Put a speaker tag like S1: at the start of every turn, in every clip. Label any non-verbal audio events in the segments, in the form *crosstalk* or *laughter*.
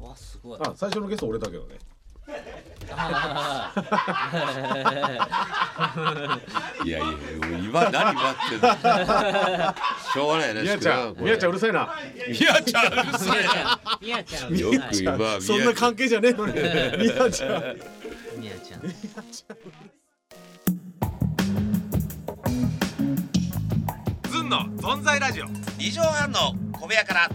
S1: あす *laughs* ごい
S2: あ最初のゲスト俺だけどね
S3: いやいや今何待ってんのしょうがないね
S2: みやちゃんみやちゃんうるさいな
S3: みやちゃんうるさい
S1: みやちゃん
S3: よく今宮
S2: そんな関係じゃねえのにみやちゃん
S1: みやちゃん
S4: ずんの存在ラジオ
S5: 二畳半の小部屋から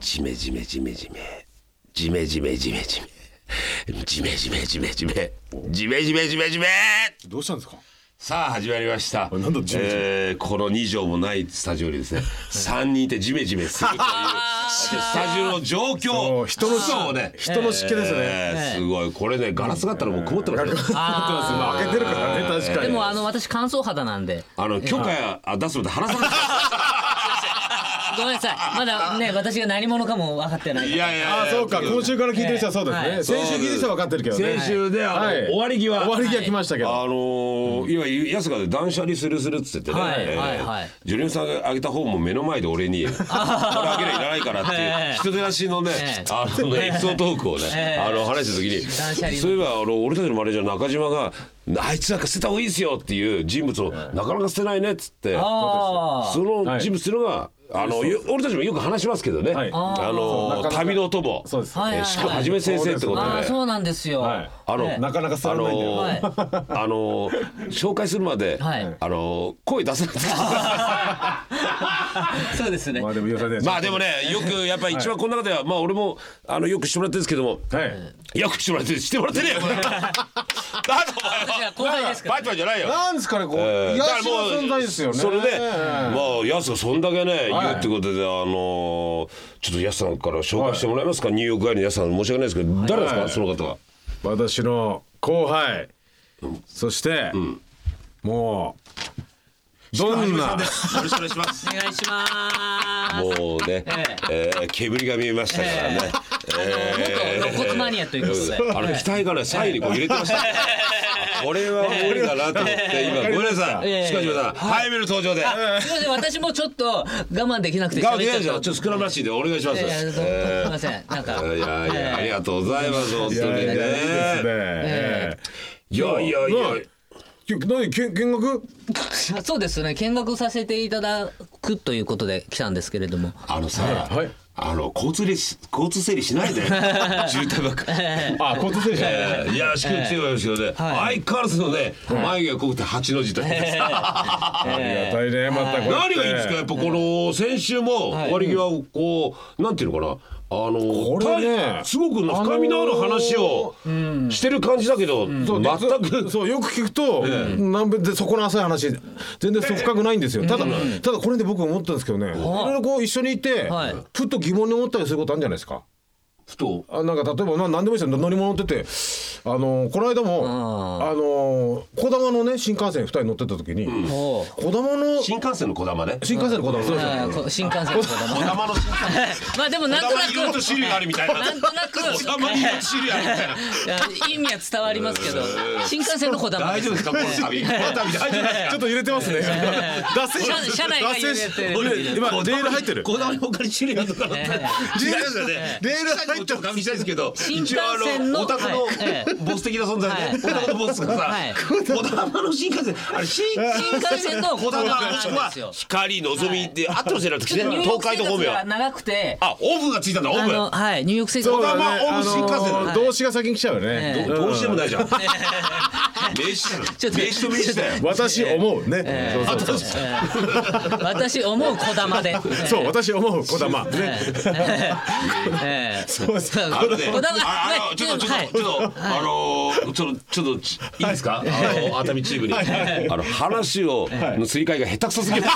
S3: ジメジメジメジメジメジメジメジメジメジメジメジメジメジメジメジメ
S2: どうしたんですか
S3: さあ始まりました
S2: あなんだジメジメ
S3: えーこの2畳もないスタジオにで
S2: *laughs*
S3: すね3人いてジメジメするというスタジオの状
S2: そ
S3: 況
S2: う人の
S3: そうそうね
S2: 人の湿気ですね
S3: えーすごいこれねガラスがあったらもう曇ってますね
S2: まあ開けてるからね確かに
S1: でもあの私乾燥肌なんで
S3: あの許可やあ出すので話さない
S1: *laughs* ごめんなさいまだね私が何者かも分かってない
S3: いやいや
S2: ああそうか今週から聞いてる人はそうですね、
S1: はい
S2: 先週聞いてる人は分かってるけどね
S3: 先週であの
S2: はい
S3: 終わり際
S2: 終わりが来ましたけど、
S3: あのー、今やすがで断捨離するするっつってね、
S1: はい
S3: えー
S1: はいはい
S3: ジュニオさんがあげた本も目の前で
S1: *laughs*
S3: 俺に「これあげりゃいらないから」って
S1: はい
S3: いう人出なしのね、
S1: ええ
S3: あのねエピソードトークをね、
S1: ええ
S3: あの話した時に
S1: 断捨離の
S3: そういえばあの俺たちのマネージャー中島が「あいつなんか捨てた方がいいですよ」っていう人物をなかなか捨てないねっつって。
S1: あ
S3: その人物っていうのが、あのよ俺たちもよく話しますけどね、
S2: はい
S3: あ
S2: そうな
S3: の
S2: かなか
S3: 旅のお供
S2: そうです、
S1: はい
S3: えーしかもはじめ先生ってことで
S1: ああそうなんですよ
S2: はい
S3: あの、
S1: ね
S2: なかなか捨
S3: あ
S2: てられないんだよ、
S3: のーあのー紹介するまで、
S1: はい
S3: あのー声出せなくて
S1: *laughs*
S3: *laughs*
S1: そうですね
S2: まあでもよさね
S3: まあでもねよくやっぱ一番この中では、まあ俺もあのよくしてもらってるんですけども
S2: はい
S3: よくしてもらってるしてもらってねえよこれなんだお
S1: 私
S3: 前
S1: は
S3: は
S1: 後輩ですから
S3: バイトじゃないよ
S2: なんですかねこう、
S3: えー
S2: 癒しの存在ですよね
S3: だからもうそれで、
S2: え
S3: まあ、やすがそんだけね、
S2: はい
S3: 言うってことで、あのーちょっとやすさんから紹介してもらえますか、ニューヨーク帰りのやすさん、申し訳ないですけど、誰ですか、
S2: はい
S3: その方は。
S2: ー私の後輩、そして、もうどんな
S3: よろしくお願いします。
S1: お願いします
S3: もうね、えー煙が見えましたからね。え
S1: 元肋骨マニアということで
S3: あの額がね、サイにこう入れてましたね。あこれは俺だなと思って、今、ごめんなさ
S1: ええ
S3: い、しかしまだ、早めの登場で。我
S1: すいません私もちょっと我慢できなくて
S3: 慢できないじゃ
S1: 喋
S3: ん、ちょっ
S1: っ
S3: と少ならしいで、お願いします。
S1: いやいやどうぞ
S3: え
S1: すい
S3: ー
S1: ませんなんか
S3: いやい
S1: ええ
S3: や、ありがとうございます、本
S2: い
S3: 当に
S2: やいやいいですね
S3: ね。、
S2: え
S3: いやいやい
S2: まあ
S3: や。
S2: ーき何見見学
S1: ゃそうですね見学させていただくということで来たんですけれども
S3: あのさ
S2: はい、
S3: あの交通りし交通整理しないで渋滞ばっかり。
S2: あ交通整理車
S3: えーいやしかも強いですよね。相変わらずのね眉毛が濃くて八の字というね。
S2: ありがたいねまたこれ
S3: *laughs* 何がいいんですかやっぱこの先週も終わり際をこうなんていうのかなあの
S2: これね
S3: たいすごく深みのある話をしてる感じだけど全
S2: そう
S3: く
S2: そうよく聞くと、南米でそこの浅い話全然そう深くないんですよ、ただ、ただこれで僕思ったんですけどね、いろいろこう一緒にいて、
S1: はい
S2: ふっと疑問に思ったりすることあるんじゃないですか
S3: ふと
S2: あなんか例えばな何でもいいですよ乗り物乗っててあのこの間もあのこだまのね新幹線2人乗ってた時に、
S1: おう
S2: こだまの
S3: 新幹線のこだまね。
S2: 新幹線のこだまそうですよ
S1: あーこ新幹線のこだま
S3: こだまの新幹線。
S1: *laughs* まあでもなんとなく
S3: いろいろと種類があるみたいな。
S1: なんとなく
S3: こだまにいろいろと種類あるみたいな。
S1: いや意味は伝わりますけど新幹線のこだま
S3: 大丈夫ですかこの旅。この旅大丈夫ですか
S2: *laughs* ちょっと揺れてますね脱線し
S1: 車車内が揺れてる
S2: 脱線し今レール入ってる
S3: こだまに他に種類あるのかな *laughs* って。違いますよね。
S2: レール入
S3: ちょ
S2: って
S3: っと確認したいですけど、
S1: 新幹線の
S3: 一応あオタクの
S1: はいええ
S3: ボス的な存在
S1: はい
S3: ね。オタクのボスがさ
S1: はい、
S3: こだまの新幹線、あれ新
S1: 新幹線のこ
S3: こ
S1: だ
S3: だ
S1: ま
S3: ま
S1: なん
S3: は
S1: ですよ
S3: 光のぞみってあってほしいなって
S1: ちょっとニューヨー
S3: 東
S1: ク
S3: 海
S1: 生
S3: と方
S1: 活
S3: 面
S1: が
S3: は。
S1: 長くて
S3: あ、オフがついたんだオ
S1: あの
S3: フ。
S1: はいニューヨーク生活
S2: そう
S1: が
S2: だ
S3: こだま
S2: ね
S3: オブ新幹線だ
S2: あの動詞が先に来ちゃうよね
S1: え、
S2: ど
S3: どうしてもないじゃん。
S1: *laughs*
S3: 名
S1: ちょ
S3: 刺
S1: っと
S3: だよ。名刺と名刺だよ。
S2: 私思うね、そうそうそう
S1: 私思うこだ
S3: *laughs*
S1: まで
S2: そう私思うこだまね
S1: ええ
S2: そうそう
S3: あのね
S1: こだま
S3: ああのちょっとちょ
S1: はい
S3: っとちょっとあのーちょっとちょっとちいいですか？あの熱海チームにあの話をのすり替えが下手くそすぎる。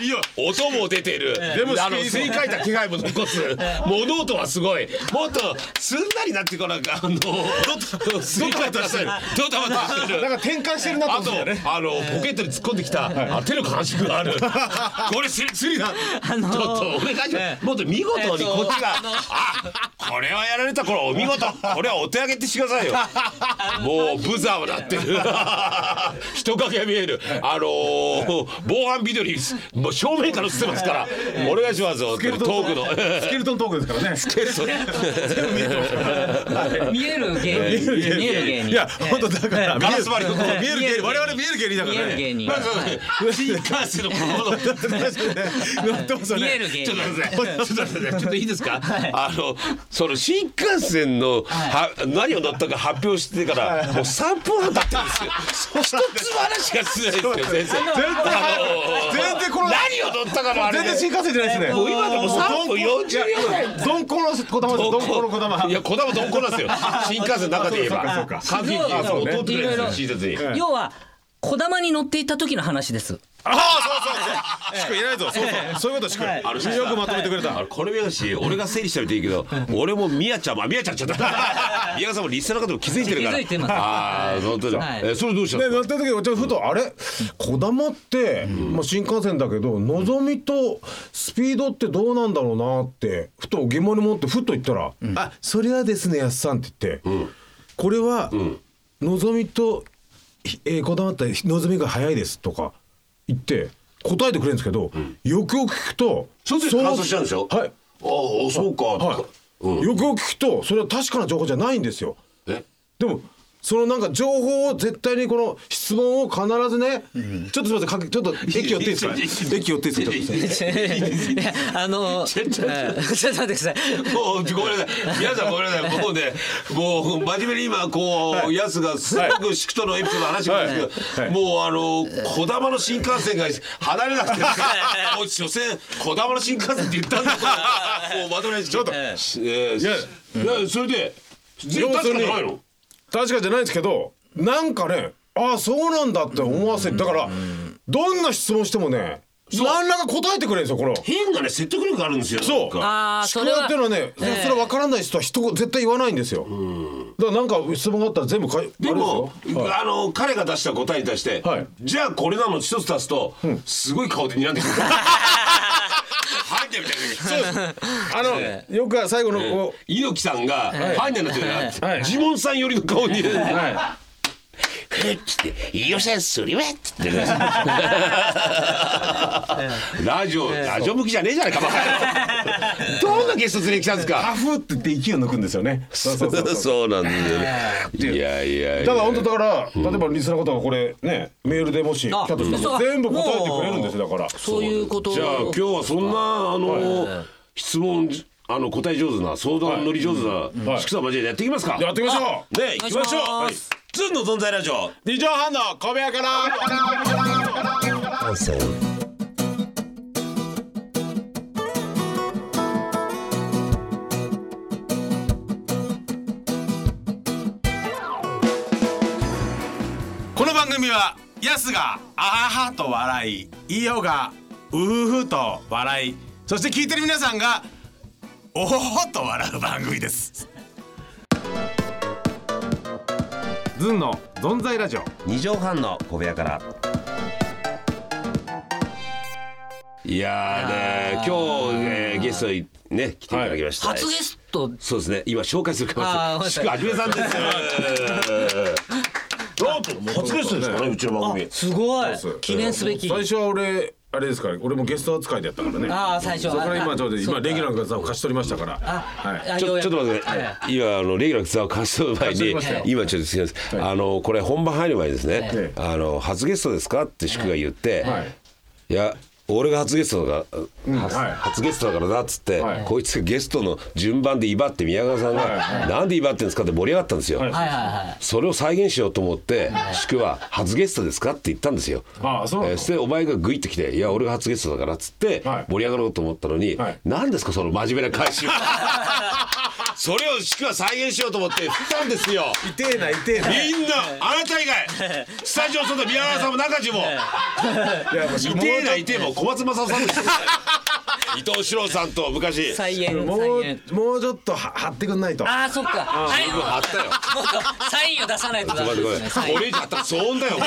S3: いや音も出てる。で
S2: も
S3: あの
S2: スピード
S3: 吸い替えた気配も残す。物音はすごい。もっとすんなりなってこなんかあ *laughs* の吸い替えたしてる。ドタバタして
S2: なん
S3: る。
S2: か転換してるなと
S3: あ
S2: 思
S3: と
S2: ってね
S3: あのポケットに突っ込んできたあ手の感触
S2: *laughs*
S3: がある。これスリスリだ。
S1: あのー
S3: ちょっとお願いし
S1: え
S3: ます。もっと見事
S1: えっ
S3: に
S1: と
S3: こっちが
S1: あの
S3: これはやられたこれお見
S2: *laughs*
S3: 事これはお手上げってしてくださいよもうブザーは *laughs* 鳴ってる人影が見えるあのー、防犯ビデオにもうう正面から映ってますからお願いしますよ本当にトークの
S2: スケルトントークですからね。
S3: *laughs*
S1: 見える芸人見える芸人
S2: いや本当だから
S3: ガラス張りのこの
S2: 見える芸人我々見える芸人だか
S1: 見え
S2: ら
S1: る
S2: ね。
S1: 芸人
S3: *laughs* 新幹線のこのちょっと
S2: 乗ってますよ
S1: 見え
S2: ね。
S1: る芸
S3: 待
S1: 人
S3: ってくださいちょっと待ってくださいちょっといいですかあのその新幹線のは何を乗ったか発表してからもう3分半経ってるんですよ一つも話しかしてないですよ先生
S2: 全然全然この
S3: 何を乗ったかもあれ
S2: 全然新幹線じゃないです
S3: も
S2: ね。
S3: う今でも3分40秒ぐらい
S2: ドンコの小玉です。ドンコの小玉。
S3: いやこだまどんこなんですよ新幹線の中で言えば
S2: そうか
S1: そうか
S3: 関係機
S1: あそうね
S3: 通ってくれるんですよ
S1: い
S3: 新設に
S2: うん
S1: 要は小玉に乗っていた時の話です
S2: ああそうそう
S3: *laughs*
S2: そう。しくいらないぞ。そうそうそういうことしく。
S3: あの
S2: よくまとめてくれ
S3: あ
S2: た
S3: の。これ見よし俺が整理してみていいけど俺もミヤちゃんもあミヤちゃ
S2: *laughs*
S3: んちゃったミヤさんもリスナーの方も気づいてるから
S1: 気づいてます
S3: ああ本当だ、
S1: はい
S3: えそれどうした
S2: で
S3: の
S2: 乗ってる時ちょっとふとあれこだまってまあ新幹線だけどのぞみとスピードってどうなんだろうなってふと疑問に思ってふと言ったら「あそれはですねやっさん」って言ってこれはのぞみとひえーこだまってのぞみが速いですとか言って答えてくれるんですけどよくよく聞くと
S3: その時感想したんでしょ
S2: はい
S3: ああそうか、
S2: は
S3: うん
S2: いよくよく聞くとそれは確かな情報じゃないんですよ。
S3: え
S2: でもそのなんか情報を絶対にこの質問を必ずね、ちょっとすみませんかけちょっと駅寄っていいですか駅寄っていいですかちょっと
S1: いや *laughs* あの
S3: ちょちょちょ
S1: えーちょっと待ってください
S3: もう *laughs* ごめんなさい皆さんごめんなさいもうねもう真面目に今こうやつがすごくしくとのエピソードの話があるんですけど、
S2: はい
S3: もうあのこだまの新幹線が離れなくてもう所詮こだまの新幹線って言ったんだからもうまとめないしちょっと、えー
S2: いや
S3: いやそれで全然確かじゃないの
S2: 確かじゃないですけどなんかねああそうなんだって思わせるだからどんな質問してもね何らか答えてくれるんですよこの。
S3: 変なね説得力あるんですよ
S2: そう
S3: なんか
S1: ああ
S2: 宿
S1: それ
S2: 題っ
S1: は
S2: ていうのはね、そそれ分からない人は一言絶対言わないんですよ。だからなんか質問があったら全部かい
S3: でも
S2: あれですよはい
S3: あの彼が出した答えに対して、
S2: はい
S3: じゃあこれなの一つ足すと、すごい顔で睨んで
S2: *laughs*
S3: くる入ってみたいな
S2: あのよくは最後のこう
S3: 猪木さんがファンになってるな、
S2: はい
S3: ジモンさん寄りの顔 *laughs* に、
S2: はい
S3: よっしゃそれはっつってね *laughs* ラジオ、ラジオ向きじゃねえじゃないか
S2: *laughs*
S3: バカどんなゲスト連れてきたんですか
S2: パフって言って息を抜くんですよね。そうそうそうそう
S3: そうなんだよねいやいやいや
S2: だから本当だから、例えばリスナーの方がこれねメールでもし来たとして
S1: あ
S2: も全部答えてくれるんですよだから
S1: そういうこと
S3: じゃあ今日はそんなあの、質問あの答え上手な相談乗り上手な、
S2: はい
S3: しくさん交えてやっていきますか、
S2: やってみましょう
S3: ね行きましょう
S1: お願いします
S3: はいズンの存在ラジオ
S2: 二畳半の小部屋から
S4: この番組はヤスがアハハと笑いイオがウフフと笑いそして聞いてる皆さんがおほほと笑う番組ですズンのどんざいラジオ
S5: 二畳半の小部屋から
S3: いやーね今日、えーゲストにね来ていただきました、
S1: 初ゲスト
S3: そうですね今紹介する
S1: あーごめん
S3: かも
S1: な
S3: し
S1: さい
S3: れない宿はじめさんです *laughs* よなんと初ゲストですからねうちの番組
S1: すごい記念すべき
S2: 最初は俺あれですから俺もゲスト扱いでやったからね
S1: ああ最初
S2: そこから今ちょうど
S1: そう
S2: 今
S1: か
S2: レギュラーの方を貸し取りましたからはい
S1: あ
S3: ち
S1: よう
S3: ょ
S1: や
S3: ちょ
S1: く
S3: っと待って、
S1: はい
S3: 今あのレギュラーの草を貸してる前
S2: 貸して
S3: に
S2: ましたよ
S3: 今ちょっとすみません、あのこれ本番入る前にですね、
S2: ええ
S3: あの初ゲストですかって祝が言って、
S2: はいい、
S3: や俺が初ゲストだから、初
S2: はい
S3: 初ゲストだからなっつって、
S2: はい
S3: こいつがゲストの順番で威張って宮川さんが、なんで威張ってんですかって盛り上がったんですよ、
S1: はいはいはい
S3: それを再現しようと思って、祝は初ゲストですかって言ったんですよ。
S2: ああそうな
S3: えー
S2: の
S3: そしてお前がグイってきて「いや俺が初ゲストだから」っつって
S2: はい
S3: 盛り上がろうと思ったのに
S2: はい
S3: 何ですかその真面目な返しは *laughs* それを式は再現しようと思って振ったんですよ
S2: 痛えな痛えな
S3: みんなあなた以外スタジオ外宮川さんも中地も
S2: いやもう
S3: 痛えな痛えも小松政夫さんです伊藤四郎さんと昔
S1: 再現
S2: も
S1: 再現
S2: うもうちょっとは張ってくんないと
S1: ああそっかはい
S3: 僕貼ったよ
S1: もっとサインを出さないと
S3: ちょ
S1: ダ
S3: っと
S1: メで
S3: 待っ
S1: す
S3: て
S1: ね
S3: こ
S1: サ
S3: れ
S1: イン
S3: 俺以上あったら騒音だよこ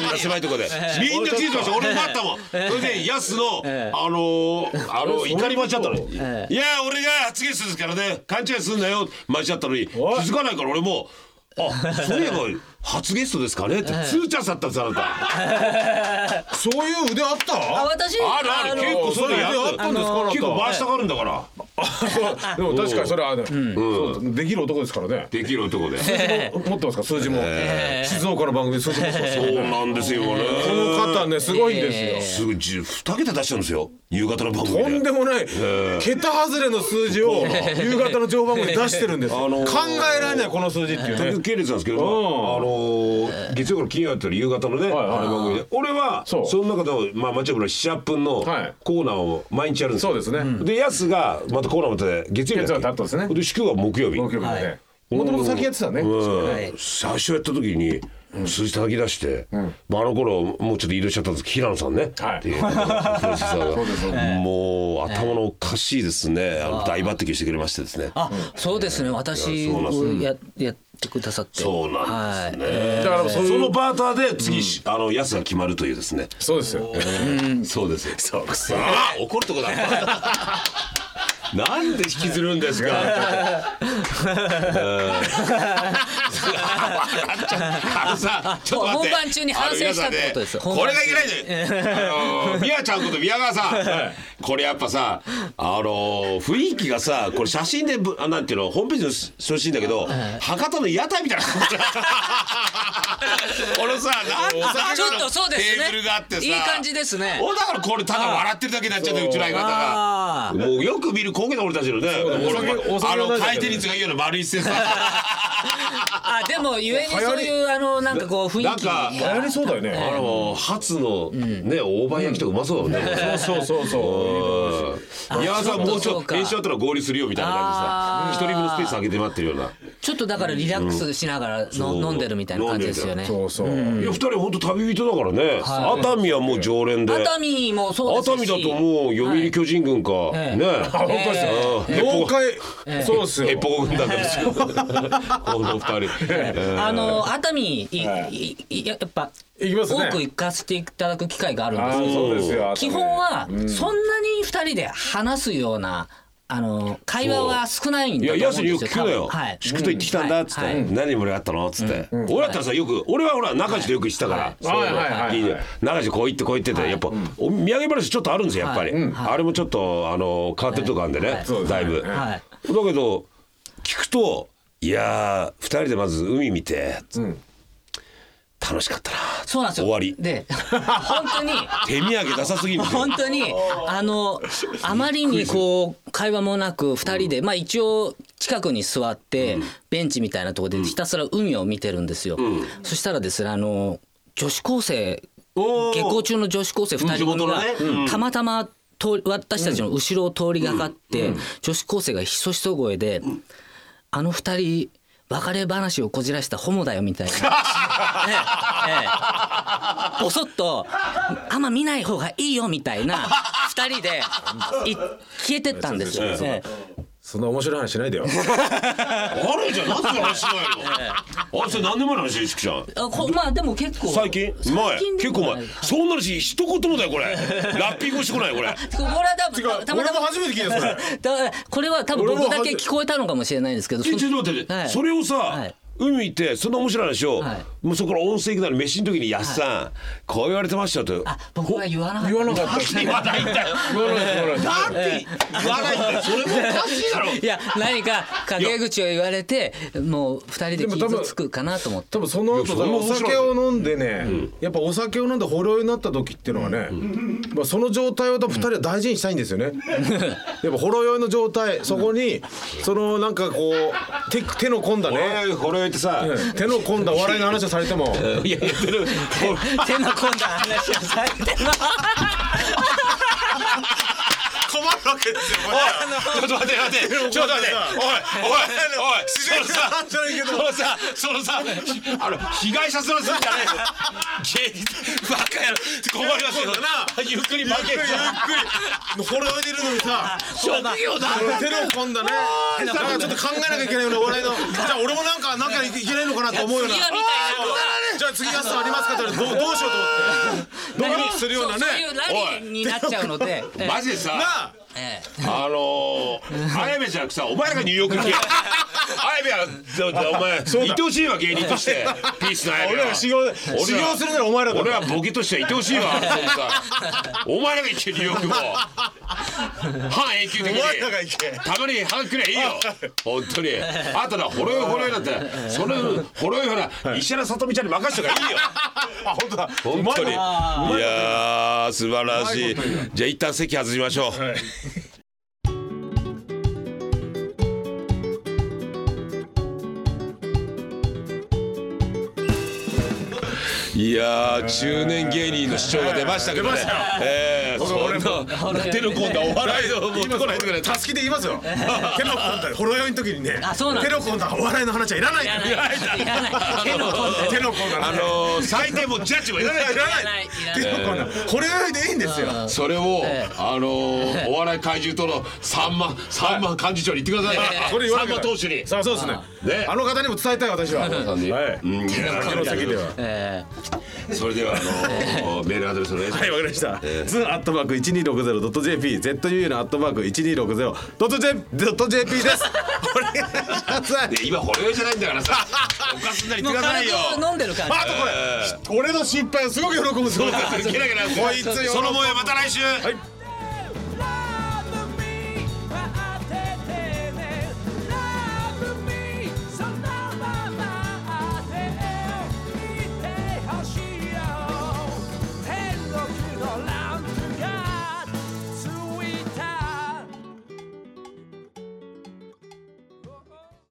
S3: んな狭いとこでみんな聞いてました俺もあったもんそれでヤスのあのーあの怒り待ちだったのにいや俺が発言するですからね勘違いすんなよ待ちだったのに気づかないから俺もあ、そういえば初ゲストですかねって、ツーちゃんさんだったんですあ
S2: そういう腕あった
S1: あ私
S3: なた。あるある、結構そういうのや
S2: あったんですかあなた
S3: 結構回したがるんだから。
S2: でも確か *laughs* にそれはね、そうできる男ですからね。
S3: できる
S2: *laughs*
S3: 男で。
S2: 数字も持ってますか数字も、静岡の番組で数字も持ってます。
S3: そうなんですよね。
S2: この方ねすごいんですよ。
S3: すぐ十二桁出しちゃうんですよ。夕方の番組で。
S2: とんでもない桁外れの数字を夕方の情報番組で出してるんですよ。
S3: あのー
S2: 考えられないこの数字っていう
S3: 時
S2: ね。
S3: 々系列なんですけど、あのー月曜から金曜やったら夕方のね、
S2: はいはい
S3: あの番組で俺は
S2: そ
S3: そうの中でもまあ町のシャップンの
S2: はい
S3: コーナーを毎日やるんですよ
S2: そうですねうん
S3: でやすがまたコーナーまた月曜日
S2: 月曜日担当ですね
S3: で祝は木曜日
S2: 木曜日ま
S1: は
S2: で
S1: い。
S2: もともと先やってたね。
S3: うん
S1: はい
S3: 最初やった時に数字叩き出して、まあ、あの頃もうちょっと移動しちゃったんですけど平野さんね、
S2: はい
S3: っていうプロデューサーが
S2: *laughs*
S3: もう頭のおかしいですね、あの大抜擢してくれましてですね
S1: あそうですね私
S3: いやそうなんです
S1: をややってくださって
S3: そうなんですね、
S2: だからそう
S3: そ
S2: いう
S3: のバーターで次、あのやつが決まるというですね。
S2: そうですよ。
S3: そうです。そうくそ。怒るとこ *laughs* だった。なんで引きずるんですか。 *laughs*
S4: あのさ
S3: ちょっと待って
S1: 本番中に反省したってことですよ
S3: あの皆さんねこれがいけないのよ。あの宮ちゃんこと宮川さん。これやっぱさ、あの雰囲気がさ、これ写真でぶあなんていうのホームページの写真だけど、博多の屋台みたいな。俺さ、なんでさ
S1: ちょっとそうですね
S3: テーブルがあってさ、
S1: いい感じですね
S3: おだからこれただ笑ってるだけになっちゃうんだようちの相方が。
S1: あー
S3: もうよく見る光景だ俺たちのね。
S2: ねお酒
S3: あ
S2: お酒はないんだけどね
S3: の回転率がいいような丸い線さ。
S1: あでもゆえにそういうあのなんかこう雰囲
S3: なん
S1: 気
S3: か
S2: 流行りそうだよ
S3: あ
S2: ね。
S3: の初のね大判焼きとかうまそうだもんね。
S2: そうそうそう。
S3: うん宮川さんもうち
S1: そ
S3: ょ
S1: う
S3: っ
S1: か
S3: と練習あったら合流するよみたいな感じでさ一人分のスペース空けて待ってるような
S1: ちょっとだからリラックスしながらの、
S3: そう
S1: 飲んでるみたいな感じですよね
S2: そうそう。
S3: いや二人本当旅人だからね熱海はもう常連で
S1: 熱海もそうです
S3: 熱
S1: し
S3: 海だともう読売巨人軍か
S1: ええ
S3: ね
S2: あ本当ですよ
S3: ええ
S2: 妖怪そうっすよ
S3: ヘッポコ軍団ですよこの二人ええ
S1: あの熱海い、
S2: はい
S1: いいやっぱ
S2: 行きますね
S1: 多く行かせていただく機会があるん
S2: あ
S1: です
S2: ー
S1: よ
S2: そうですよ
S1: 基本はそんなに2人で話すようなあの会話は少ないん
S3: い
S1: だと思
S3: や、や
S1: うん
S3: す
S1: で
S3: に
S1: す
S3: よ
S1: よ
S3: く聞くのよ
S1: 多分はい。
S3: 宿と行ってきたんだっつっ
S1: うんはい
S3: て、何もらあったのっつって。俺だったらさ、よく、俺はほら、中地とよく行ってたから。そう
S2: はいはいはい
S3: いいね中地こう行ってこう行ってて、やっぱ、お土産話ちょっとあるんですよ、やっぱり。
S1: はいうん
S3: あれもちょっと、あの、変わってるとこあるんで
S1: は
S3: ね
S1: い、
S3: だい
S1: は
S3: ぶ。だ
S1: い
S3: けど、聞くと、いやー、二人でまず海見て、楽しかったな。
S1: そうなんですよ
S3: 終わり。
S1: で本当
S3: *laughs*
S1: に
S3: 手土産ダサすぎるんですよ
S1: 本当にあのあまりにこう会話もなく2人で、まあ一応近くに座って、ベンチみたいなところでひたすら海を見てるんですよ、そしたらですねあの女子高生
S3: おー
S1: 下校中の女子高生2人組が、
S3: 地元のねうん
S1: たまたま通り私たちの後ろを通りがかって、女子高生がひそひそ声で「あの2人別れ話をこじらしたホモだよ」みたいな。
S3: *laughs*
S1: ええええぼそっとあんま見ない方がいいよみたいな二人でい消えてったんですよ。え
S2: そんな面白い話しないでよ。
S3: あるじゃん、なんで話しないの。あれ、それ何年前の話、しきちゃん。
S1: えあこまあでも結構
S3: 最近前
S1: 最近で
S3: 結
S1: も
S3: 構
S1: は
S3: 前
S1: い
S3: そんな話一言もだよこれラッピングもしてこないよこれ
S1: これは多分たたま
S2: 俺
S1: た
S2: も
S1: ま
S2: 初めて聞いたそれ。
S1: だこれは多分
S2: 俺も
S1: 僕だけ聞こえたのかもしれないんですけど
S3: えちょっと待って、
S1: はい
S3: それをさ、
S1: はい
S3: 海行ってそんな面白い話を、
S1: はい
S3: もうそこから温泉行くなら飯の時にやっさん、こう言われてましたよと *laughs*
S1: あ僕は *laughs* 言わなかっ
S2: 言わなかった。言わないんだよ。 *laughs* 言わない言わない。
S3: *laughs* なんて言わないんだよそれもおかしいだろ
S1: たいや何か陰口を言われてもう二人で傷つくかなと思って
S2: 多分その後
S3: いやそれも
S2: お
S3: 面白い
S2: 酒を飲んでね、やっぱお酒を飲んで捕虜になった時っていうのはね、まあその状態を多分二人は大事にしたいんですよ *laughs* ね。やっぱ捕虜酔いの状態、そこにそのなんかこう手手の込んだね、
S3: 俺これ言ってさ、
S2: 手の込んだお笑いの話をされて *laughs* も。
S3: いやいやそれこ
S1: 手の込んだ話をされても
S4: 困るわけですよこれ
S3: ちょっと待って待ってちょっと待っておいおいおい
S4: 自然な話じゃないけど
S3: そのさそのさあの被害者面するんじゃない芸人バカやろ困りますよ
S4: そうだな
S3: ゆっくり
S4: ゆっ
S3: 負
S4: く
S3: け
S4: りゆっくり惚れてるのにさ
S3: 職業だ
S2: 手の込んだね。なんかちょっと考えなきゃいけないようなお笑いの。じゃあ俺もなんかなんかいけないのかなと思うような。
S1: 今みたいなのが
S2: じゃあ次やすさんありますかって言われてどうどうしようと思ってドキドキするようなね
S1: そうそういうラリーになっちゃうので、ええ
S3: マジで
S2: な
S3: さ
S2: あ
S1: え
S3: あのー、綾部じゃなくさお前らがニューヨーク行
S4: *laughs*
S3: け綾部はお前いてほしいわ芸人
S4: *laughs*
S3: としてピースの綾部
S2: 俺
S3: は
S2: ら修行修行するならお前らだ
S3: 俺はボケとしてはいてほしいわそんなお前らが行けニューヨークも半永久的
S2: お
S3: に
S2: 前らが行け
S3: たまに半くらいいいよ
S2: *laughs*
S3: 本当にあとなほろよほろよなんてそのほろよほら石原さとみちゃんに任せとかいいよ
S2: あ *laughs* 本当だ
S3: 本当にいやー素晴らしいじゃあ一旦席外しましょう、いやー中年芸人の主張が出ましたけど
S2: 出
S3: ね
S2: ましたよ。
S3: えー、そんな手の込んだお笑いの持ってこないでくれ。
S2: 助けて言いますよ。テロコン *laughs* タ、ほろ酔いの時にね。
S1: あそうなんで
S2: テ
S1: す
S2: ロコンタ、お笑いの話はいらないんだ
S1: えいらないいらない手の込んで
S2: テロコンタ
S3: あ
S2: な
S3: のー、最低もジャッジもいらない。
S2: いら
S1: いらない
S2: テロコンタ、ほろ酔いでいいんですよ。
S3: それを、あのー、お笑い怪獣との三万三万幹事長に言ってください。
S2: それ言わな
S3: 三
S2: きゃ
S3: 万投手に。
S2: さあ、そうですね。
S3: ね
S2: あの方にも伝えたい、私は。
S3: んに
S2: はい。
S3: うんいや
S2: 手の先では。
S1: え
S3: それではあのー、メールアドレスお願いしま
S2: はい、
S3: す。
S2: わかりました。ズンアットマーク一二六ゼロドット JP、ZU のアットマーク一二六ゼロドット J ドット JP です。お願いします。
S3: で今ほろ酔いじゃないんだからさ、おかすんなり
S1: え
S3: 言
S1: もう
S3: ってくださ
S1: 軽
S3: いよ。
S1: く飲んでる感
S2: あとこれ、俺の失敗をすごく喜ぶそう
S3: *laughs* ゲラゲラ
S2: こいつ喜ぶ
S3: そのもやまた来週。
S2: はい